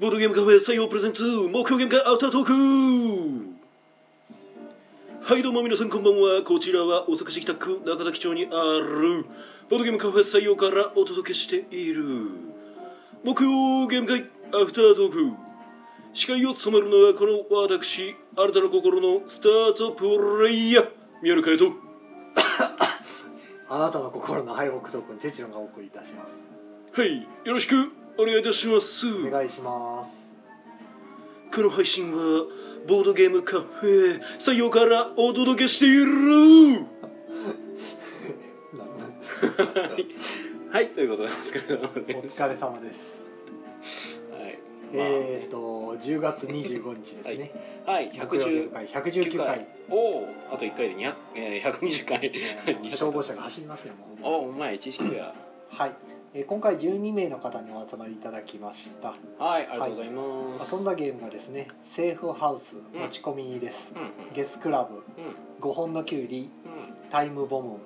ボードゲームカフェ採用プレゼンツ目標ゲーム会アウタートークはいどうも皆さんこんばんはこちらは大阪市北区中崎町にあるボードゲームカフェ採用からお届けしている木曜ゲーム会アフタートーク司会を務めるのはこの私あなたの心のスタートプレイヤー宮野佳代とあなたの心の敗北トークンテチロンがお送りいたしますはいよろしくお願いいたしますお願いしますこの配信はボードゲームカフェ採用からお届けしているななはいということでお疲れ様おです、は疲れ様ですいまあえっ、ー、と10月25日ですね、はい119 119回119回おおあと1回で200、えー、120回えー消防車が走りますよもうおお前知識がはい、えー今回12名の方にお集まりいただきましたはいありがとうございます、遊んだゲームがですねセーフハウス持ち込みです、うんうんゲスクラブうん5本のキュウリうタイムボムん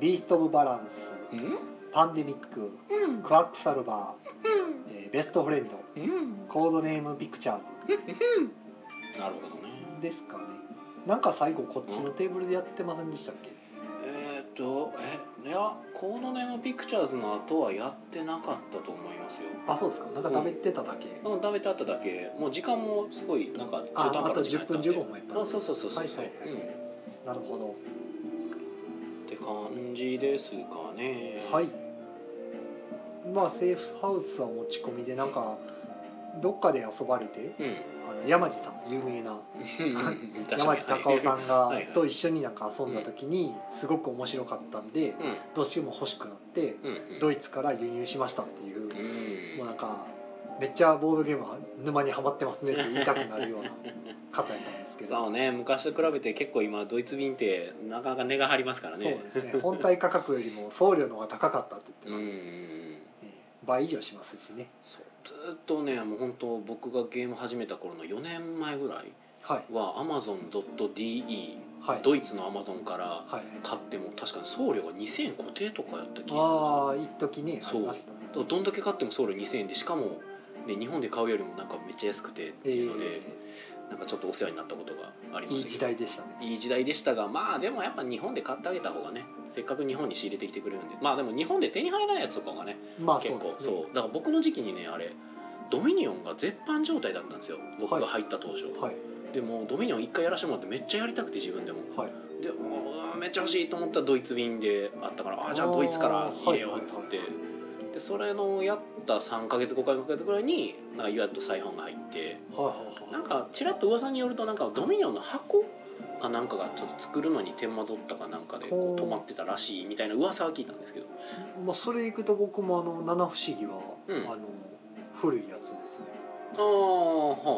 ビースト・オブ・バランスうんパンデミックうんクワックサルバー、えーベストフレンドうんコードネームピクチャーズなるほどねですかねなんか最後こっちのテーブルでやってませんでしたっけえー、っとえいやコードネームピクチャーズの後はやってなかったと思いますよあそうですかなんか食べてただけ、うん、食べてあっただけもう時間もすごいなんかあ中途半あ端とな時間10分やったんで15分やったあそうそうそうそうそう、はいはいはいうん、なるほって感じですかねどはいまあセーフハウスは持ち込みでなんかどっかで遊ばれてうんあの山地さん有名な 確か山に地隆夫さんがはいはいと一緒になんか遊んだ時にすごく面白かったんでうんどうしても欲しくなってうんうんドイツから輸入しましたっていううんもうなんかめっちゃボードゲームは沼にはまってますねって言いたくなるような方やったんですけどそうね昔と比べて結構今ドイツ便ってなかなか値が張りますからねそうですね本体価格よりも送料の方が高かったって言ってまうんす、ね倍以上しますしねそうずっとねもう本当僕がゲーム始めた頃の4年前ぐらいはいは Amazon.de はいドイツの Amazon からはい買っても確かに送料が2000円固定とかやった気がするんですよああ一時ねありましたねだからどんだけ買っても送料2000円でしかも、ね、日本で買うよりもなんかめっちゃ安くてってえいうので、ーなんかちょっとお世話になったことがありまいいし時たけど代でしたねいい時代でしたがまあでもやっぱ日本で買ってあげた方がねせっかく日本に仕入れてきてくれるんでまあでも日本で手に入らないやつとかがねまあそ結う構ですそう,、ねだから僕の時期にねあれドミニオンが絶版状態だったんですよ僕が入った当初、はいでもうドミニオン一回やらせてもらってめっちゃやりたくて自分でもはいでうわめっちゃ欲しいと思ったらドイツ便であったからあじゃあドイツから入れようっつって、はいはいでそれのやった3か月5か月ぐらいになんかやっと再販が入ってはいなんかちらっと噂によるとなんかドミニオンの箱かなんかがちょっと作るのに手間取ったかなんかでこほうう止まってたらしいみたいな噂は聞いたんですけどまあそれいくと僕もあの七不思議は、うんあの古いやつですねああはあ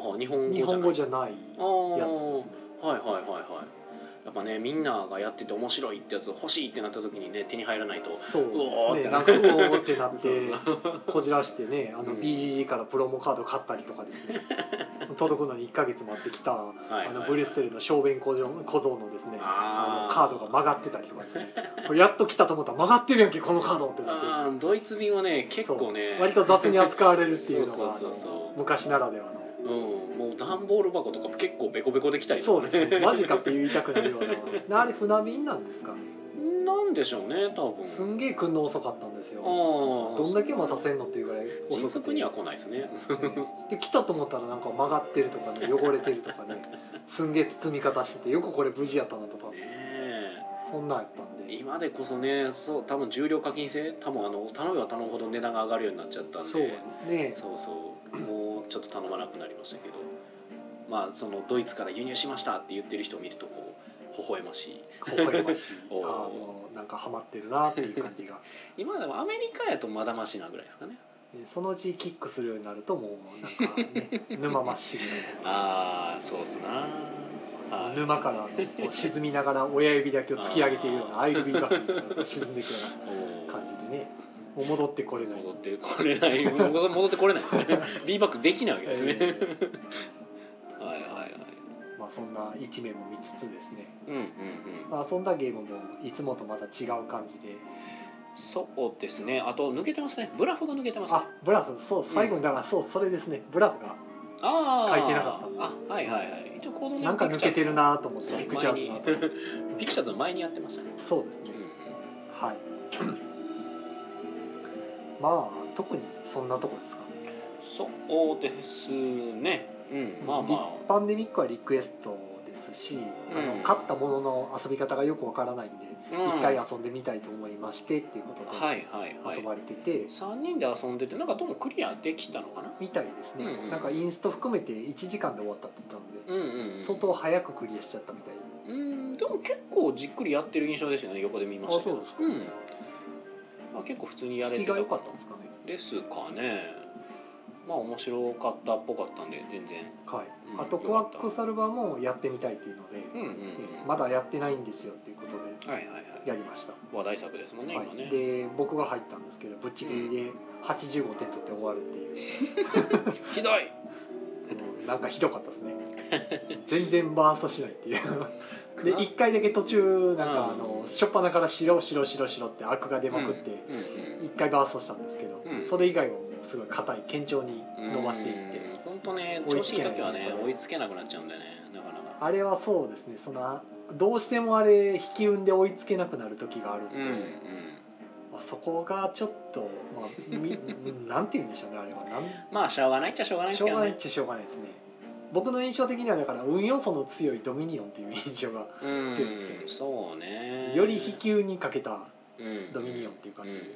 はあ日本語じ日ゃない本語じゃないやあーつですねはいはいはいはいやっぱねみんながやってて面白いってやつ欲しいってなった時にね手に入らないとうそうおーですってねななんかこうってなってそうこじらしてねあうのん BGG からプロモカード買ったりとかです ね届くのに1ヶ月待ってきたあはいはいのブリュッセルの小便小僧小僧のですねあーあのカードが曲がってたりとかですねこれやっと来たと思ったら曲がってるやんけこのカードってなっあードイツ便はねて結構ねそう割と雑に扱われるっていうのそがうあそうそうそうの昔ならではのうん、もう段ボール箱とか結構ベコベコできたりとそかうですねマジかって言いたくなるようなあれ船便なんですかねなんでしょうね多分すんげえ来んの遅かったんですあよあどんだけ待たせんのっていうぐらい遅くて迅速には来ないですねで来たと思ったらなんか曲がってるとか ね汚れてるとかねすんげえ包み方しててよくこれ無事やったなとかねえそんなんやったんで今でこそねそう多分重量課金制多分あの頼めば頼むほど値段が上がるようになっちゃったんでそうですねそうそうもうちょっと頼まなくなりましたけどまあそのドイツから輸入しましたって言ってる人を見るとこう微笑ましい微笑ましい おうああもうなんかハマってるなっていう感じ が今でもアメリカやとまだましなぐらいですかねでそのうちキックするようになるともうなんか ね沼まっしぐああそうっすなはい沼からのこう沈みながら親指だけを突き上げているようなアイルビーバッグみたいなのが沈んでいくようなおー感じでねもう戻ってこれない戻ってこれない戻戻ってこれない ですね B バックできないわけですえね、ーはいはいはい まあそんな一面も見つつですねうんうんうんまあ遊んだゲームもいつもとまた違う感じでそうですねあと抜けてますねブラフが抜けてますねあブラフそう最後にだからそうそれですねブラフがああ書いてなかったあはいはいはい一応コードネームなんか抜けてるなと思ってそうピク チャーズの後前ピクチャーズの前にやってましたね、そうですねはい まあ特にそんなとこですかねそうですねうんまあまあパンデミックはリクエストですし、あうんの買ったものの遊び方がよくわからないんでうん一、回遊んでみたいと思いましてっていうことはでいはいは遊いばれてて、 3人で遊んでてなんかどうもクリアできたのかなみたいですね、うんうんなんかインスト含めて1時間で終わったって言ったので、うんうんうん相当早くクリアしちゃったみたいうんでも結構じっくりやってる印象ですよね横で見ましたけどあそうですかうんまあ、結構普通にやれ引てきたが良かったんですかねですかねまあ面白かったっぽかったんで全然はい、うんあと良クかワったックサルバーもやってみたいっていうので、うんうんうんまだやってないんですよっていうことではいはいはやりました、い話題作ですもんね、はい今ねで僕が入ったんですけどぶっちぎりで85点取って終わるって いう、ひどいうんなんかひどかったです ね全然バーストしないっていうで1回だけ途中なんかあの初っ端から「白白白白」ってアクが出まくって、うんうん一回バーストしたんですけど、うんそれ以外はもうすごい硬い堅調にうん伸ばしていって、本当ね追調い子ついいけない時はねそれ追いつけなくなっちゃうんだよねなかなかあれはそうですねそのどうしてもあれ引き運で追いつけなくなる時があるんで、うんうんまあ、そこがちょっと、まあ、み なんて言うんでしょうねあれはなまあしょうがないっちゃしょうがないんでしすょけうどがないっねちゃしょうがないですね僕の印象的にはだから運要素の強いドミニオンっていう印象がうん強いですけどそうねより引き運にかけたうんドミニオンっていう感じでうんうん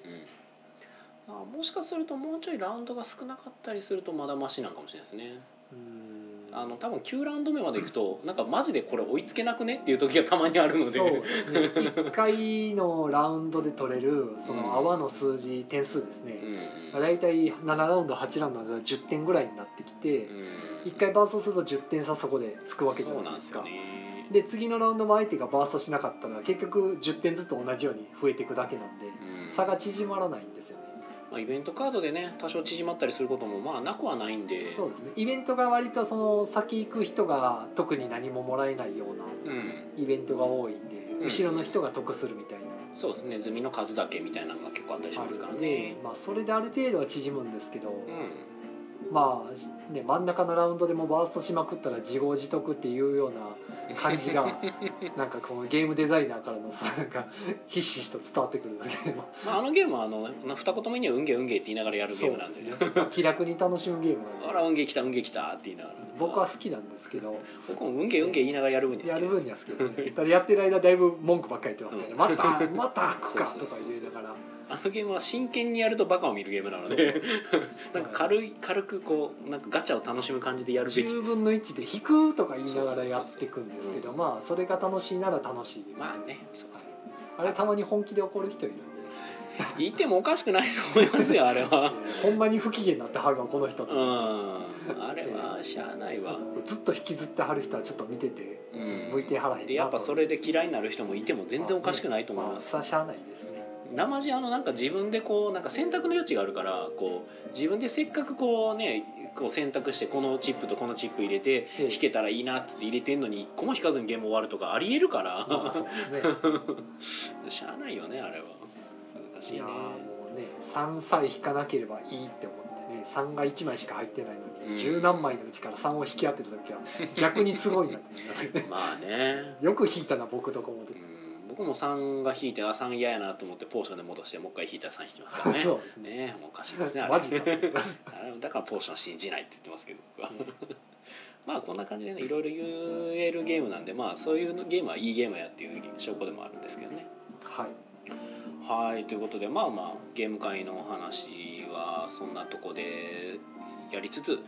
まあ、もしかするともうちょいラウンドが少なかったりするとまだマシなんかもしれないですねうーんあの多分9ラウンド目までいくとなんかマジでこれ追いつけなくねっていう時がたまにあるのでそうですね1回のラウンドで取れるそうんの泡の数字点数ですうんね、うんまあ、大体7ラウンド8ラウンドで10点ぐらいになってきて、うん1回バーストすると10点差そこでつくわけじゃそうななでいんですすかよねで次のラウンドも相手がバーストしなかったら結局10点ずつ同じように増えていくだけなんでうん差が縮まらないんですよね、まあ、イベントカードでね多少縮まったりすることもまあなくはないんでそうですねイベントが割とその先行く人が特に何ももらえないようなうんイベントが多いんでうん後ろの人が得するみたいなそうですねネズミの数だけみたいなのが結構あったりしあまするからのでね、まあ、それである程度は縮むんですけど、うんまあね真ん中のラウンドでもバーストしまくったら自業自得っていうような感じ がなんかこのゲームデザイナーからのさなんかひしひしと伝わってくるんだけどまあ、あのゲームはあのな二言目には「運ゲー運ゲー」って言いながらやるゲームなんでねそうですね気楽に楽しむゲームあなんらで運ゲー来た運ゲー来たって言いながら僕は好きなんですけど僕も運ゲー運ゲー言いながらやる分にはや好きるで分すには好きですねただやってる間だいぶ文句ばっかり言ってますからねまたまた来っか そうとそかうそうそう言いながらあのゲームは真剣にやるとバカを見るゲームなので なんか軽い軽くこうなんかガチャを楽しむ感じでやるべき10で分すの1で引くとか言いながらそうそうそうそうやっていくんですけどうんまあそれが楽しいなら楽しいですまあねそうそうあれたまに本気で怒る人いるんで言ってもおかしくないと思いますよあれはほんまに不機嫌になってはるわこの人うんあれはしゃあないわずっと引きずってはる人はちょっと見ててうん向いてはらへんなとでやっぱそれで嫌いになる人もいても全然おかしくないと思いますまあしゃあないですねなまじあのなんか自分でこうなんか選択の余地があるからこう自分でせっかくこうねこう選択してこのチップとこのチップ入れてええ引けたらいいなっつって入れてんのに一個も引かずにゲーム終わるとかありえるから、まあそうですねしゃあないよねあれは難しいい ねやーもうね3さえ引かなければいいって思ってね3が1枚しか入ってないのうんに十、何枚のうちから3を引き当てた時は逆にすごいなって思いますよね まあねよく引いたな僕とこもでう、ん僕も3が引いてあ3嫌やなと思ってポーションで戻してもう一回引いたら3引きますから ねそうですねねもうおかしいですねあれマジ かあれだからポーション信じないって言ってますけど 僕はまあこんな感じでねいろいろ言えるゲームなんでまあそういうゲームはいいゲームやっていう証拠でもあるんですけどねはいはいということでまあまあゲーム会のお話はそんなとこでやりつつ、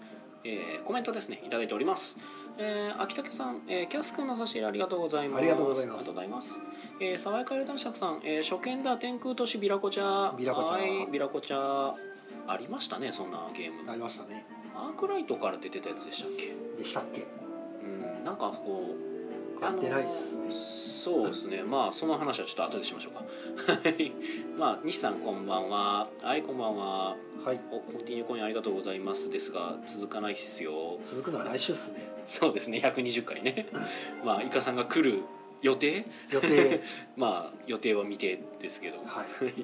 えーコメントですね頂いただいております、えー秋武さん、えーキャス君の差し入れありがとうございますありがとうございますありがとうございます、えー、沢井カエル男爵さん、えー初見だ天空都市ビラコチャビラコチャはいビラコチャありましたねそんなゲームなりましたねアークライトから出てたやつでしたっけでしたっけうんなんかこうやってないっすねあのそうですねまあその話はちょっと後でしましょうかはいまあ西さんこんばんははいこんばんははいおコンティニューコインありがとうございますですが続かないっすよ続くのは来週っすねそうですね120回ねまあイカさんが来る予定予定 まあ予定は未定ですけどはいはい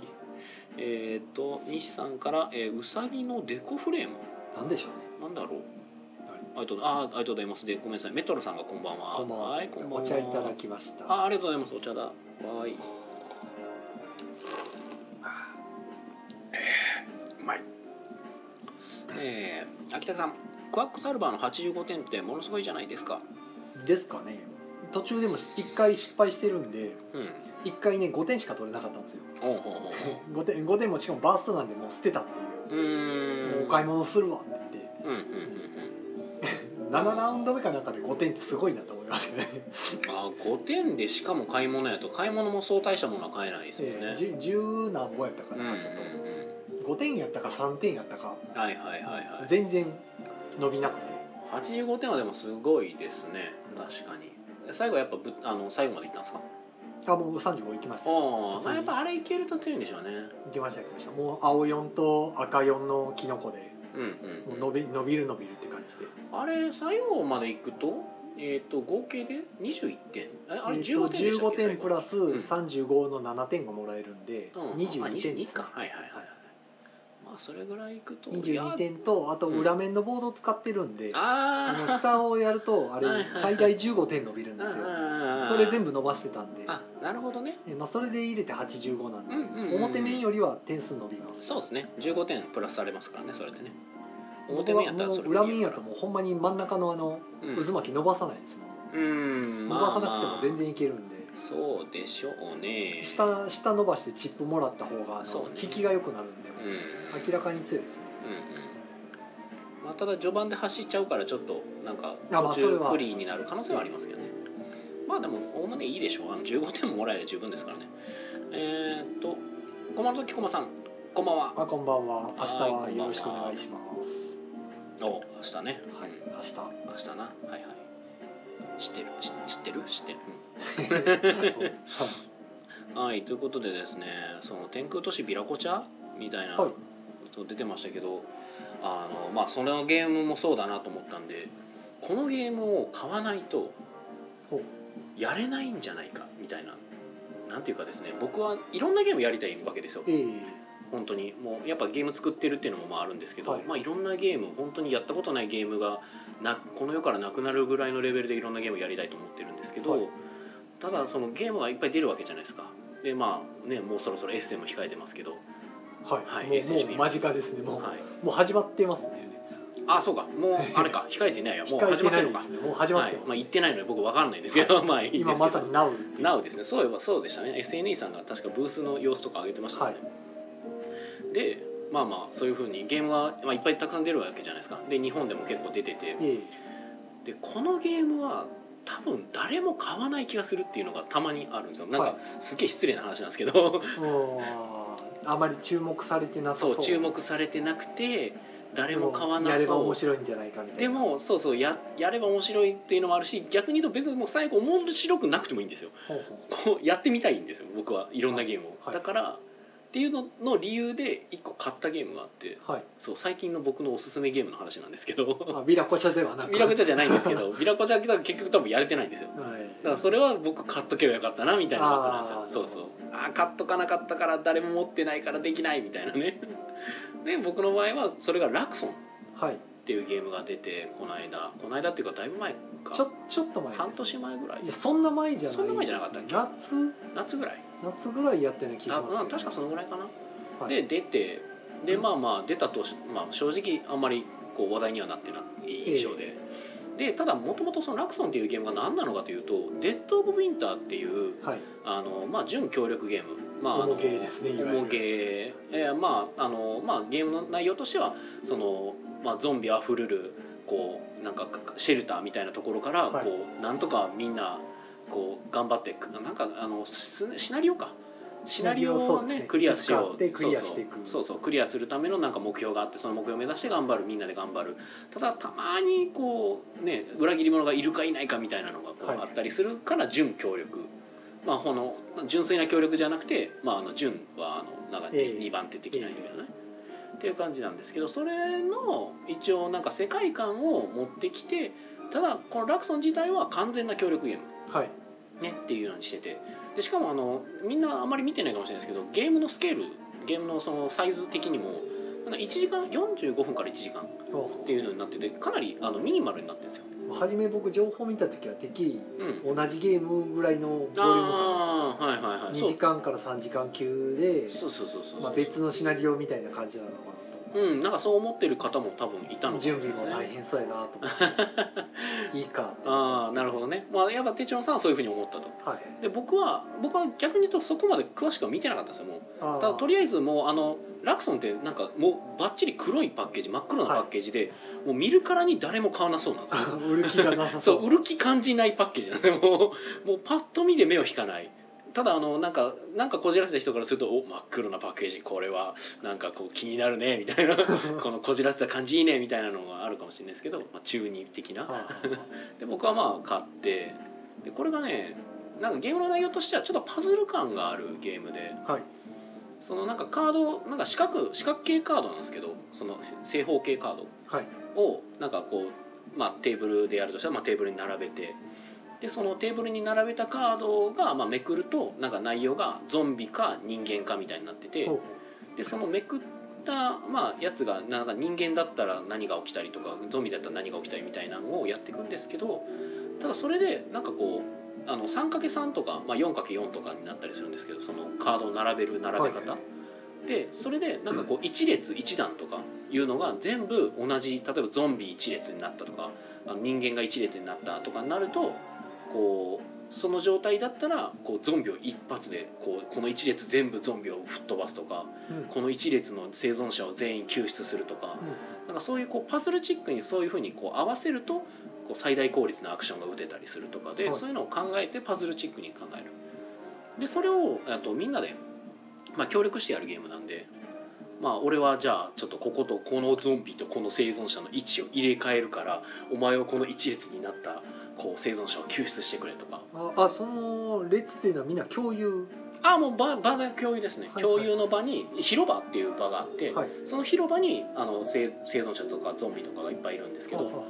えーっと西さんから、えー「うさぎのデコフレームなんでしょうね」なんだろうありがとうあーありがとうございますでごめんなさいメトロさんがこんばんはこんばんははいこんばんはお茶いただきましたあありがとうございますお茶だわーいえーうまいえー秋田さんクワックサルバーの85点ってものすごいじゃないですかですかね途中でも1回失敗してるんでうん1回ね5点しか取れなかったんですよおうほうほうほ5点5点もしかもバーストなんでもう捨てたっていう ううーんもうお買い物するわって言ってうんうんうんうん7ラウンド目かなんかで5点ってすごいなと思いましたねあー5点でしかも買い物やと買い物もそう大したものは買えないですよね、 十十何本やったかうんうな、んちょっうと5点やったか3点やったか、んはいはいはいはい全然伸びなくて85点はでもすごいですねうん確かに最後やっぱぶあの最後までいったんですかあもう35いきました行あ普通あにやっぱあれいけると強いんでしょうねきました行きましたもう青4と赤4のキノコでうんもううん、伸び伸びる伸びるって感じであれ最後までいくとえっ、と合計で21点えあれえーと15点でしたっけ、 15点プラスん35の7点がもらえるんで、最後うん、あ22点22かはいはいはいはいまあそれぐらいいくといや22点とあと裏面のボードを使ってるんで、あのああ下をやるとあれはいはいはい最大15点伸びるんですよそれ全部伸ばしてたんであなるほどねえまあ、それで入れて85なんで、うんうんうんうん表面よりは点数伸びますそうですね15点プラスされますからねそれでね表僕は面やったらもうそれで裏いい面やかとらもうほんまに真ん中のあのうん渦巻き伸ばさないですもん、うん伸ばさなくても全まあま然いけるんで、あ、そうでしょうね下下伸ばしてチップもらった方があそうの、ね引きが良くなるんで、うんうん明らかに強いですねまあ、ただ序盤で走っちゃうからちょっとなんかあまあそ途れ中は不利になる可能性はありますけどねまあでもおおむねいいでしょうあの15点ももらえれば十分ですからねえー、っと駒の時駒さんこんばんはあこんばんは明日ははいこんばんはよろしくお願いしますお明日ね、はいうん明日明日なはいはい知ってる知知ってる知ってる、うんはいということでですねその天空都市ビラコチャみたいなはいと出てましたけど、あのまあそのゲームもそうだなと思ったんでこのゲームを買わないとほやれないんじゃないかみたいななんていうかですね僕はいろんなゲームやりたいわけですよええ本当にもうやっぱゲーム作ってるっていうのもまああるんですけど、はいいまあ、いろんなゲーム本当にやったことないゲームがなこの世からなくなるぐらいのレベルでいろんなゲームやりたいと思ってるんですけど、はいただそのゲームがいっぱい出るわけじゃないですかでまあねもうそろそろエッセンも控えてますけど、ははい、はいも SHP うもう間近ですねもう、い、もう始まってますねあそうかもうあ れか控えてないやもう控え始てまってなるいのでかすねもう始まっはています、まあ、言ってないので僕分かんないんですけど まあいいですけど今まさに NOW っていうなおですねそういえばそうでしたね SNE さんが確かブースの様子とか上げてましたよね、でまあまあそういうふうにゲームは、まあ、いっぱいたくさん出るわけじゃないですかで日本でも結構出ててええでこのゲームは多分誰も買わない気がするっていうのがたまにあるんですよなんはいかすっげえ失礼な話なんですけ どうんあまり注目されてなさそそうう注目されてなくて誰も買わやなればそ面う白いんじゃないかみたいなでもそうそうややれば面白いっていうのもあるし逆に言うと別にもう最後面白くなくてもいいんですよほうほこ うやってみたいんですよ僕はいろんなゲームを、はいだからっていうのの理由で一個買ったゲームがあってうはいそう最近の僕のおすすめゲームの話なんです けどあビラコチャではなくビラコチャじゃないんですけどビラコチャだけ結局多分やれてないんですよはいだからそれは僕買っとけばよかったなみたいなのがあったんですあーよそうそうああー買っとかなかったから誰も持ってないからできないみたいな ねで僕の場合はそれがラクソンっはいていうゲームが出てこの間この間っていうかだいぶ前ちょかちょっと前半年前ぐらいいやそんな前じゃないそんな前じゃなかったっけ夏夏ぐらい夏ぐらいやってる気がしあますまあけど確かそのぐらいかなはいで出てでうんまあまあ出た当初、まあ、正直あんまりこう話題にはなってない印象で、でただもともとそのラクソンっていうゲームが何なのかというと「デッド・オブ・ウィンター」っていうはいあの、まあ、純協力ゲームまああの重ゲーですねいわゆる重ゲーえーまああのまあゲームの内容としてはその、まあ、ゾンビあふれるこうなんかシェルターみたいなところから、はいこうなんとかみんなこう頑張ってなんかあのシシナリオかシナリオシナリオをそうですねねクリアしよう使ってクリアしていくそうそうそうそうクリアするためのなんか目標があってその目標を目指して頑張るみんなで頑張るただたまにこうね裏切り者がいるかいないかみたいなのがこうはいあったりするから純協力、まあ、この純粋な協力じゃなくて、まあ、あの純はあのなんかええ2番手的な意味だね、っていう感じなんですけどそれの一応なんか世界観を持ってきてただこのラクソン自体は完全な協力ゲームはいねっていうようにしててでしかもあのみんなあんまり見てないかもしれないですけどゲームのスケールゲームのそのサイズ的にもなんか1時間45分から1時間ほっていうのになっててかなりあのミニマルになってるんですよ。う初め僕情報見た時はてっきりうん、同じゲームぐらいのボリューム感ああはいはいはい2そう時間から3時間級で、そうそうそうそう、まあ、別のシナリオみたいな感じなのかなとうんなんかそう思ってる方も多分いたのかもしれ準な備いですもね大変そうやなと思っていいかってああなるほどねまあやっぱ手帳さんはそういうふうに思ったとはいで僕は僕は逆に言うとそこまで詳しくは見てなかったんですよもうあーただとりあえずもうあのラクソンってなんかもうバッチリ黒いパッケージ真っ黒なパッケージで、もう見るからに誰も買わなそうなん ですよ売る気がなさそそうう売る気感じないパッケージなんで もうもうパッと見で目を引かないただあのなんかなんかこじらせた人からするとお真っ黒なパッケージこれはなんかこう気になるねみたいなこのこじらせた感じいいねみたいなのがあるかもしれないですけど、まあ、中二的なあで僕はまあ買ってでこれがねなんかゲームの内容としてはちょっとパズル感があるゲームでーはいそのなんかカードなんか四角四角形カードなんですけどその正方形カーはいドをなんかこう、まあ、テーブルでやるとしたら、まあ、テーブルに並べてでそのテーブルに並べたカードが、まあ、めくるとなんか内容がゾンビか人間かみたいになっててほうほでそのめくった、まあ、やつがなんか人間だったら何が起きたりとかゾンビだったら何が起きたりみたいなのをやっていくんですけどただそれでなんかこうあの 3×3 とか、まあ、4×4 とかになったりするんですけどそのカードを並べる並べ方。はいでそれでなんかこう1列1段とかいうのが全部同じ例えばゾンビ1列になったとかあの人間が1列になったとかになるとこうその状態だったらこうゾンビを一発でこうこの1列全部ゾンビを吹っ飛ばすとかううんこの一列の生存者を全員救出するとかなんかそういうこうパズルチックにそういうふうにこう合わせるとこう最大効率のアクションが打てたりするとかで、はいそういうのを考えてパズルチックに考えるでそれをあとみんなで、まあ、協力してやるゲームなんで、まあ、俺はじゃあちょっとこことこのゾンビとこの生存者の位置を入れ替えるからお前はこの一列になったこう生存者を救出してくれとかうんああその列っていうのはみんな共有ああもう場場が共有ですね、はいはい共有の場に広場っていう場があって、はいその広場にあの生生存者とかゾンビとかがいっぱいいるんですけど、まほうほ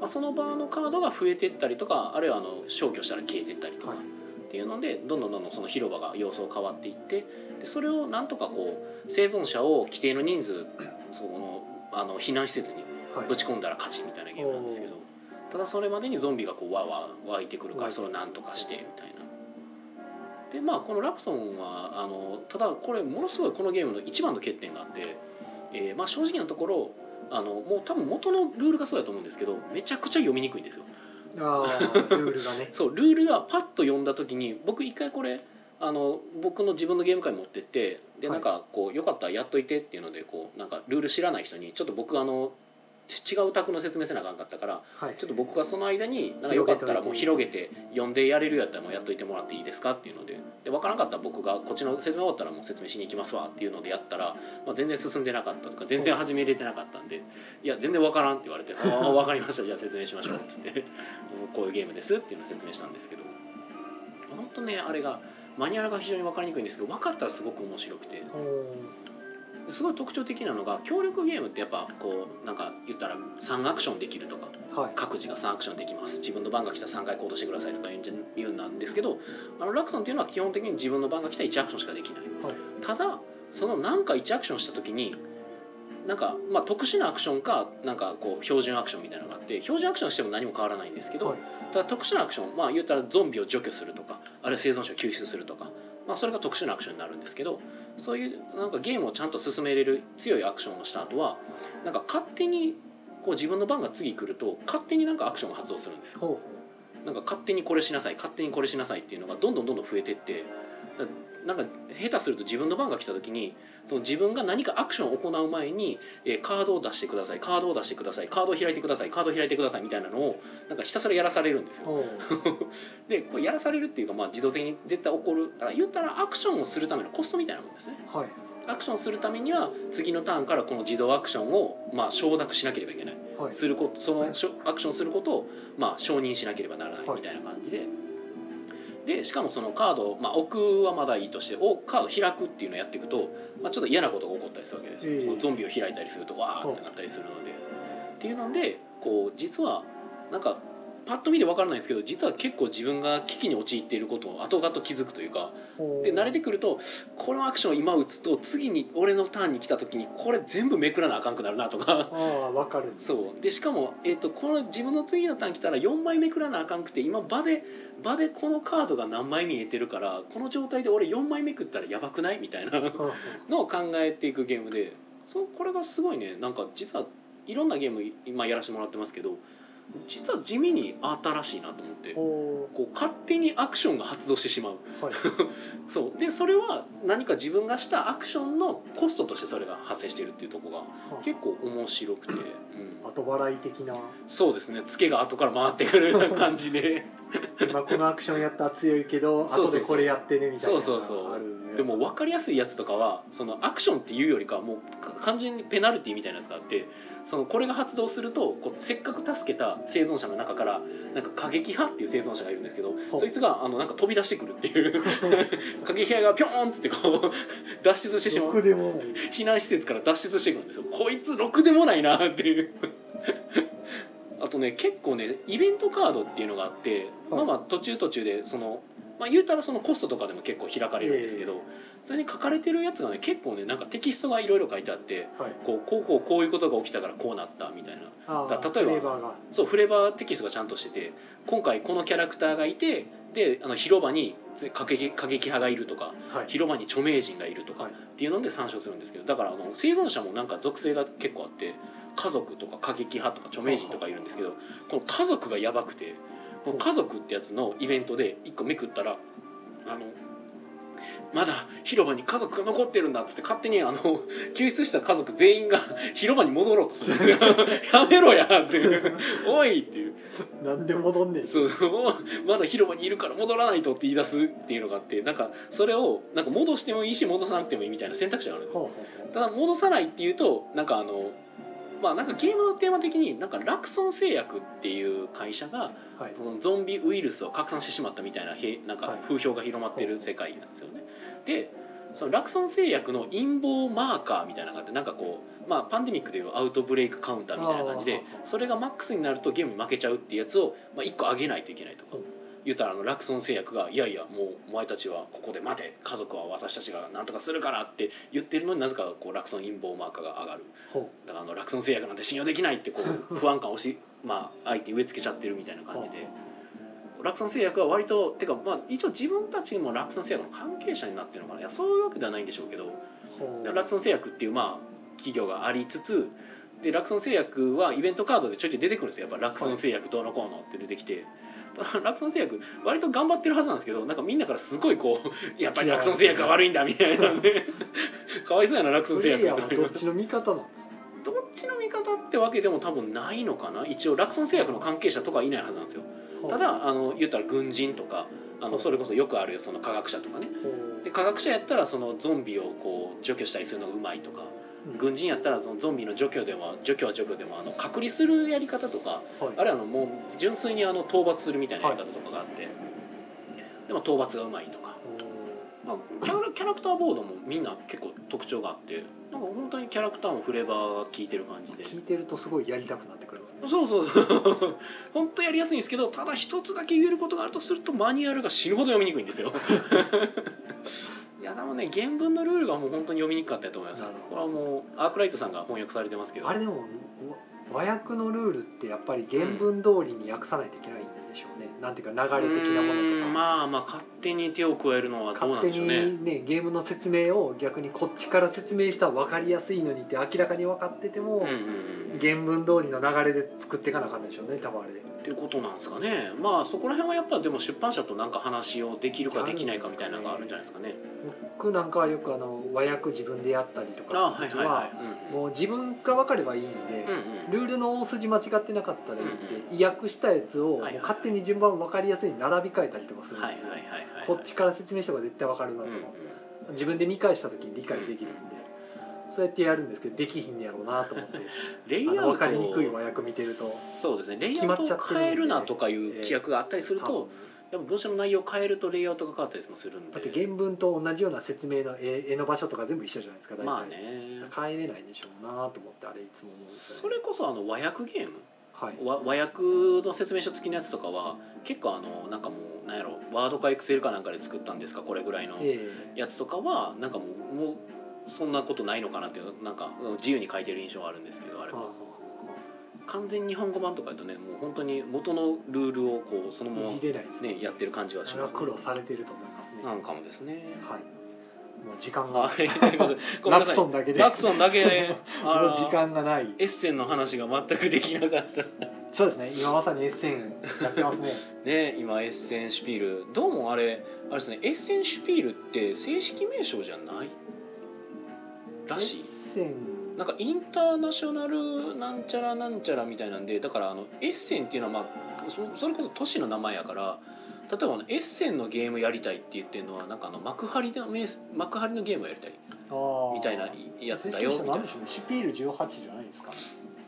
うあ、その場のカードが増えてったりとかあるいはあの消去したら消えてったりとか、はいっていうのでどんどんどんどんその広場が様相変わっていってでそれをなんとかこう生存者を規定の人数そのあの避難施設にはいぶち込んだら勝ちみたいなゲームなんですけどただそれまでにゾンビがこうわーわー湧いてくるか湧らいてそれをなんとかしてみたいな。でまあこのラプソンはあのただこれものすごいこのゲームの一番の欠点があって、えーまあ、正直なところあのもう多分元のルールがそうだと思うんですけどめちゃくちゃ読みにくいんですよ。あールールが ねそうルールがパッと読んだ時に僕一回これあの僕の自分のゲーム会持ってってではないんかこうよかったらやっといてっていうのでこうなんかルール知らない人にちょっと僕あのち違う宅の説明せなあかんかったからはいちょっと僕がその間になんかよかったらもう広広げて読んでやれるやったらもうやっといてもらっていいですかっていうのでで分からなかったら僕がこっちの説明終わったらもう説明しに行きますわっていうのでやったら、まあ、全然進んでなかったとか全然始めれてなかったんで「いや全然分からん」って言われ て「ああ分かりましたじゃあ説明しましょう」っつってこういうゲームですっていうのを説明したんですけど本当ねあれがマニュアルが非常に分かりにくいんですけど分かったらすごく面白くて。ほうすごい特徴的なのが協力ゲームってやっぱこうなんか言ったら3アクションできるとかはい各自が3アクションできます自分の番が来たら3回行動してくださいとかいうんじゃ言うんなんですけどあのラクソンっていうのは基本的に自分の番が来たら1アクションしかできないはいただその何か1アクションした時になんかまあ特殊なアクションかなんかこう標準アクションみたいなのがあって標準アクションしても何も変わらないんですけど、はいただ特殊なアクションまあ言ったらゾンビを除去するとかあるいは生存者を救出するとか、まあ、それが特殊なアクションになるんですけどそういうなんかゲームをちゃんと進めれる強いアクションをした後はなんか勝手にこう自分の番が次来ると勝手になんかアクションが発動するんですよほうほなんか勝手にこれしなさい勝手にこれしなさいっていうのがどんどんどんどん増えてってななんか下手すると自分の番が来た時にその自分が何かアクションを行う前に、えーカードを出してくださいカードを出してくださいカードを開いてくださいカードを開いてくださいみたいなのをなんかひたすらやらされるんですうよほうでこれやらされるっていうか、まあ、自動的に絶対起こるだから言ったらアクションをするためのコストみたいなもんですねはいアクションするためには次のターンからこの自動アクションを、まあ、承諾しなければいけないはいすることそはのいしょアクションすることを、まあ、承認しなければならないはいみたいな感じで、でしかもそのカードを、まあ、置くはまだいいとしておカード開くっていうのをやっていくと、まあ、ちょっと嫌なことが起こったりするわけですよ、ええそのゾンビを開いたりするとわーってなったりするので、っていうのでこう実はなんかパッと見て分からないんですけど実は結構自分が危機に陥っていることを後々気づくというか で慣れてくるとこのアクション今打つと次に俺のターンに来た時にこれ全部めくらなあかんくなるなとかああ分かるそうでしかも、えー、とこの自分の次のターン来たら4枚めくらなあかんくて今場で場でこのカードが何枚見えてるからこの状態で俺4枚めくったらやばくないみたいな うんうんのを考えていくゲームでそうこれがすごいねなんか実はいろんなゲーム今やらせてもらってますけど実は地味に新しいなと思っておこう勝手にアクションが発動してしまうーはいそうでそれは何か自分がしたアクションのコストとしてそれが発生しているっていうところが結構面白くて、うん後払い的なそうですねツケが後から回ってくる ような感じで今このアクションやったら強いけど そうそう後そうでこれやってねみたいなのがそうそうそうあるねでも分かりやすいやつとかはそのアクションっていうよりかはもうか完全にペナルティみたいなやつがあってそのこれが発動するとこうせっかく助けた生存者の中からなんか過激派っていう生存者がいるんですけどほうそいつがあのなんか飛び出してくるっ ていう 過激派がピョーンっつってこう脱出してしまろうくでもない避難施設から脱出してくるんですよこいつろくでもないなっていう あとね結構ねイベントカードっていうのがあって、はいまあまあ途中途中でその、まあ、言うたらそのコストとかでも結構開かれるんですけど、それに書かれてるやつがね結構ねなんかテキストがいろいろ書いてあってはいこうこうこうこういうことが起きたからこうなったみたいなあだー例えばフレーバーがそうフレーバーテキストがちゃんとしてて今回このキャラクターがいてであの広場に過激過激派がいるとかはい広場に著名人がいるとかっはいていうので参照するんですけどだからあの生存者もなんか属性が結構あって家族とか過激派とか著名人とかいるんですけどこの家族がやばくてこの家族ってやつのイベントで1個めくったらあの。まだ広場に家族が残ってるんだっつって勝手にあの救出した家族全員が広場に戻ろうと するやめろやっていうおいっていうなんで戻んねえそうまだ広場にいるから戻らないとって言い出すっていうのがあってなんかそれをなんか戻してもいいし戻さなくてもいいみたいな選択肢があるんですよほうほうただ戻さないっていうとなんかあのまあなんかゲームのテーマ的になんかラクソン製薬っていう会社がほうはいそのゾンビウイルスを拡散してしまったみたいなへなんはかい風評が広まってる世界なんですよね。でそのラクソン製薬の陰謀マーカーみたいなのがあってなんかこう、まあ、パンデミックでいうアウトブレイクカウンターみたいな感じであーそれがマックスになるとゲームに負けちゃうっていうやつを、まあ、1個上げないといけないとかうん言ったらあのラクソン製薬が「いやいやもうお前たちはここで待て家族は私たちが何とかするから」って言ってるのになぜかこうラクソン陰謀マーカーが上がるほだからあのラクソン製薬なんて信用できないってこ う不安感をし、まあ、相手に植え付けちゃってるみたいな感じでラクソン製薬は割とてかまあ一応自分たちもラクソン製薬の関係者になってるのかないやそういうわけではないんでしょうけどうほうラクソン製薬っていうまあ企業がありつつでラクソン製薬はイベントカードでちょいちょい出てくるんですよやっぱラクソン製薬どうのこうのって出てきて。ラクソン製薬割と頑張ってるはずなんですけどなんかみんなからすごいこうやっぱりラクソン製薬が悪いんだみたいなねかわいそうやなラクソン製プレ薬イヤーはどっちの味方なのどっちの味方ってわけでも多分ないのかな一応ラクソン製薬の関係者とかはいないはずなんですよただあの言ったら軍人とかあのそれこそよくあるその科学者とかねほうで科学者やったらそのゾンビをこう除去したりするのがうまいとかうん軍人やったらそのゾンビの除去でも除去は除去でもあの隔離するやり方とかはいあるいはあのもう純粋にあの討伐するみたいなやり方とかがあって、でも討伐がうまいとかまあ、キャラキャラクターボードもみんな結構特徴があってなんか本当にキャラクターもフレーバーが効いてる感じほうで聞いてるとすごいやりたくなってくるんですねそうそうそう 本当やりやすいんですけどただ一つだけ言えることがあるとするとマニュアルが死ぬほど読みにくいんで すよいやでもね原文のルールがもう本当に読みにくかったと思いますなるほこれはもうアークライトさんが翻訳されてますけどあれでも和和訳のルールってやっぱり原文通りに訳さないといけないんでしょうね、なんていうか流れ的なもうのとーかんまあまあ勝手に手を加えるのはどうなん勝で手しょうねにねゲームの説明を逆にこっちから説明したら分かりやすいのにって明らかに分かってても、うんうんうん原文通りの流れで作っていかなあかんでしょうね多分あれでっていうことなんですかねまあそこら辺はやっぱでも出版社となんか話をできるかできないかみたいなのがあるんじゃないですかね僕なんかはよくあの和訳自分でやったりとあかはするい時はいははいうんもう自分が分かればいいんで、うんうんルールの大筋間違ってなかったらいいうんんで、意訳したやつをもうはいはい勝手に順番分かりやすいように並び替えたりとかするんはいはいですはいよ、はいはいこっちから説明した方が絶対分かるなうとんか、うん自分で見返した時に理解できるんで、そうやってやるんですけどできひんねやろうなと思ってレあイアウトの分かりにくい和訳見てるとそうですねレイア決まウっトちゃをってるんで変えるなとかいう規約があったりする多分と、やっぱ文章の内容を変えるとレイアウトが変わったりもするんだでって原文と同じような説明の絵絵の場所とか全部一緒じゃないですか大体、まあね変えれないでしょうなと思ってあれいつも思うんですそよねれこそあの和訳ゲームはいわ和訳の説明書付きのやつとかは結構あのなんかもうなんやろワードかエクセルかなんかで作ったん ですかこれぐらいのえやつとかはなんかもうもうそんなことないのかなっていうなんか自由に書いてる印象はあるんですけどあえれはあはは完全日本語版とかだとねもう本当に元のルールをこうそのあまはまあいじれないですねねやってる感じはしそれまはす苦労されてると思いますねなんかもですねはいもう時間がはいということでごめんラなさクいソンだけでラクソンだけであ もうら時間がないエッセンの話が全くできなかったそうですね今まさにエッセンやってますねね今エッセンシュピールどうもあれあれですねエッセンシュピールって正式名称じゃない らしいエッセンなんかインターナショナルなんちゃらなんちゃらみたいなんでだからあのエッセンっていうのは、まあ、そそれこそ都市の名前やから例えばあのエッセンのゲームやりたいって言ってるのはなんかあの幕張の名幕張のゲームやりたいああみたいなやつだよみたい何なでしょうねシュピール18じゃないですか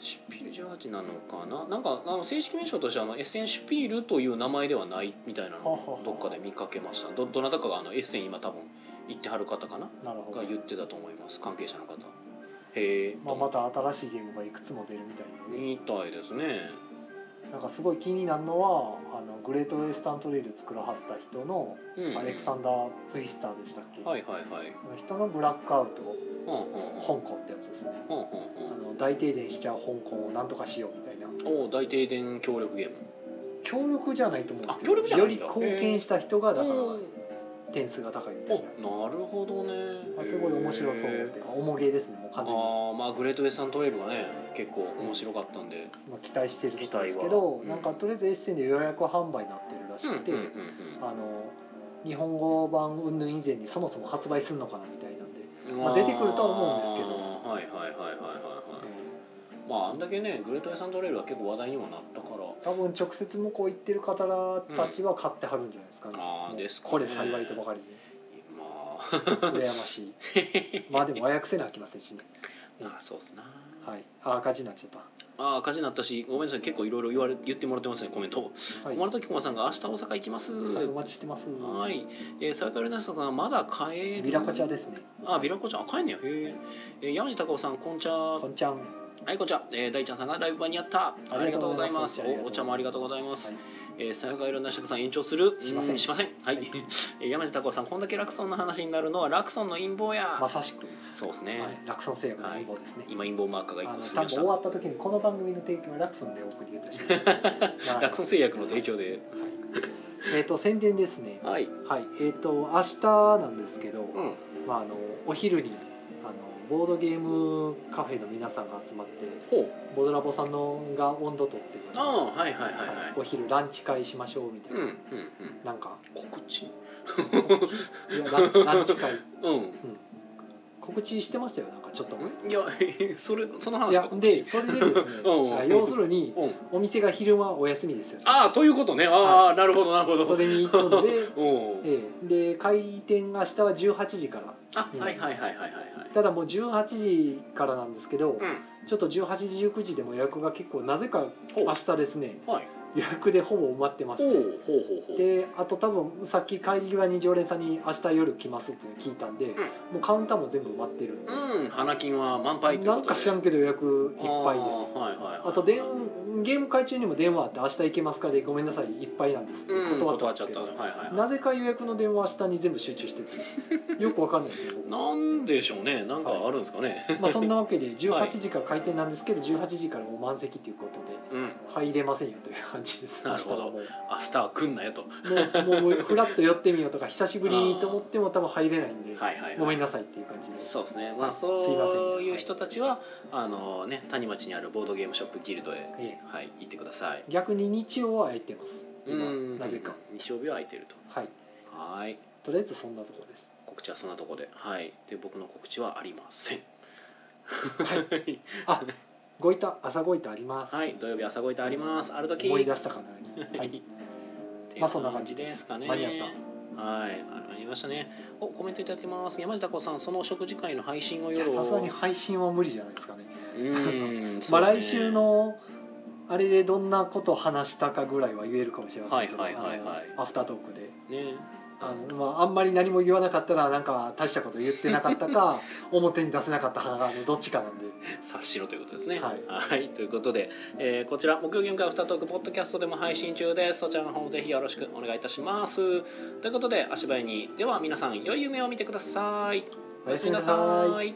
シュピール18なのかななんかあの正式名称としてはあのエッセンシュピールという名前ではないみたいなのはあはをあどっかで見かけましたどどなたかがあのエッセン今多分行ってはる方かななるほどが言ってたと思います関係者の方へえ、まあ、また新しいゲームがいくつも出るみたいなねみたいですねなんかすごい気になるのはあのグレートウエスタントレイル作らはった人のうんアレクサンダー・プヒスターでしたっけ、はいはいはいあの人のブラックアウトうんうんうん香港ってやつですねうんうんあうんの大停電しちゃう香港をなんとかしようみたいなおお大停電協力ゲーム協力じゃないと思うんですけあ協力じゃどないよんだり貢献した人がだからうん点数が高いみたいなおなるほどねあすごい面白そうっへえていうか重げですねもうあ完全にーまあグレートウェスタントレイルはね結構面白かったんでまあ期待してる人ですけど、期待はうんなんかとりあえずエッセンで予約販売になってるらしうんうんくて、うんうんあの日本語版云々以前にそもそも発売するのかなみたいなんで、まあ出てくるとは思うんですけどあーはいはいはいはいはいはい、まああんだけねグレートエサントレールは結構話題にもなったから多分直接向こう行ってる方たちは買ってはるんじゃないですかね、うんあーもうですかねこれ幸いとばかり にまあ羨ましいまあでも和訳せなあきませんしね、まあそうっすなはい、あ赤字になっちゃっああ火事になったしごめんなさい結構いろいろ言われ言ってもらってますねコメントた、はい小丸時駒さんが「明日大阪行きます」はい、おは待ちしてますい、えー、サイカルナスさんが「まだ帰る」ビラコチャですねあビラコちゃんあ帰んねやへえー山地隆夫さんこんちゃこはんちゃんいこんちゃ、えー、大ちゃんさんがライブ版にやったありがとうございますありがとうございますおお茶もありがとうございますはいえー、さやかいろんな釈さん延長するしませんうんしませんはい、はい えー山地孝さんこんだけラクソンの話になるのはラクソンの陰謀や、まさしく、そうですね、はい、ラクソン製薬の陰謀ですね、今陰謀マーカーがあ一の個多進み分まし終たわった時にこの番組の提供はラクソンでお送りいたし ます、はいラクソン製薬の提供ではい、 えっ、と宣伝ですね。はいはい、えっ、と明日なんですけど、うんまああのお昼にあのボードゲームカフェの皆さんが集まって、ほうボードラボさんのが温度とってくれてああはいはいはいはい、お昼ランチ会しましょうみたいうな。んうんうんなんか告知告知いや ランランチ会うん告知してましたよなんかちょっと。んいやそれそのい話やか告知でそれでですねうんうんあ要するにうんお店が昼間お休みですよ、ああということねああ、なるほどなるほそど、れに行くのでうんええで開店が明日は18時からあはいはいはいはいはいはいただもう18時からなんですけど、うんちょっと18時19時でも予約が結構なぜかほう明日ですねはい予約でほぼ埋まってまほしうてほうほうほうであと多分さっき帰り際に常連さんに「明日夜来ます」って聞いたんで、もうカウンターも全部埋まってるんで、うん花金は満杯というなことんでか知らんけど予約いっぱいですあーはいはいはい、あと電ゲーム会中にも電話あって「明日行けますか?」で「ごめんなさいいっぱいなんです」ってうん断った断んでっちゃすけったど、ねはいはいなはぜか予約の電話明日に全部集中しててよくわかんないですよい僕なんでしょうねなんかあるんですかね、まあそんなわけで はい18時から開店なんですけど18時からもう満席ということでうん入れませんよという感じですなるほど明明日は来んなよと日はもうもうもうフラッと寄ってみようとか久しぶりと思っても多分入れないんで、はいはい、ごはめい、んなさいっていう感じでそうですねまあすいませんそうはいいう人たちはあのね谷町にあるボードゲームショップギルドへええはい行ってください逆に日曜は空いてますうん今なぜか日曜日は空いてるとはいはいとりあえずそんなところです告知はそんなとこではいで僕の告知はありません あごいた朝ごいたあります、はい土曜日朝ごいてありますある時思い出したかのように、はい、っていうまあそんな感じですかね間に合っはいありましたねおコメントいただきます山下子さんその食事会の配信をいや夜さすがに配信は無理じゃないですかね うーんまそあうね来週のあれでどんなことを話したかぐらいは言えるかもしれませんけど、はいはいはいはいあのアフタートークでねあの、まあ、あんまり何も言わなかったらなんか大したこと言ってなかった か表に出せなかったかのどっちかなんで察しろということですね。はいはいということで、えーこちら木曜限界アフタートークポッドキャストでも配信中です。そちらの方もぜひよろしくお願いいたします。ということで足早にでは皆さん良い夢を見てください。おやすみなさいい。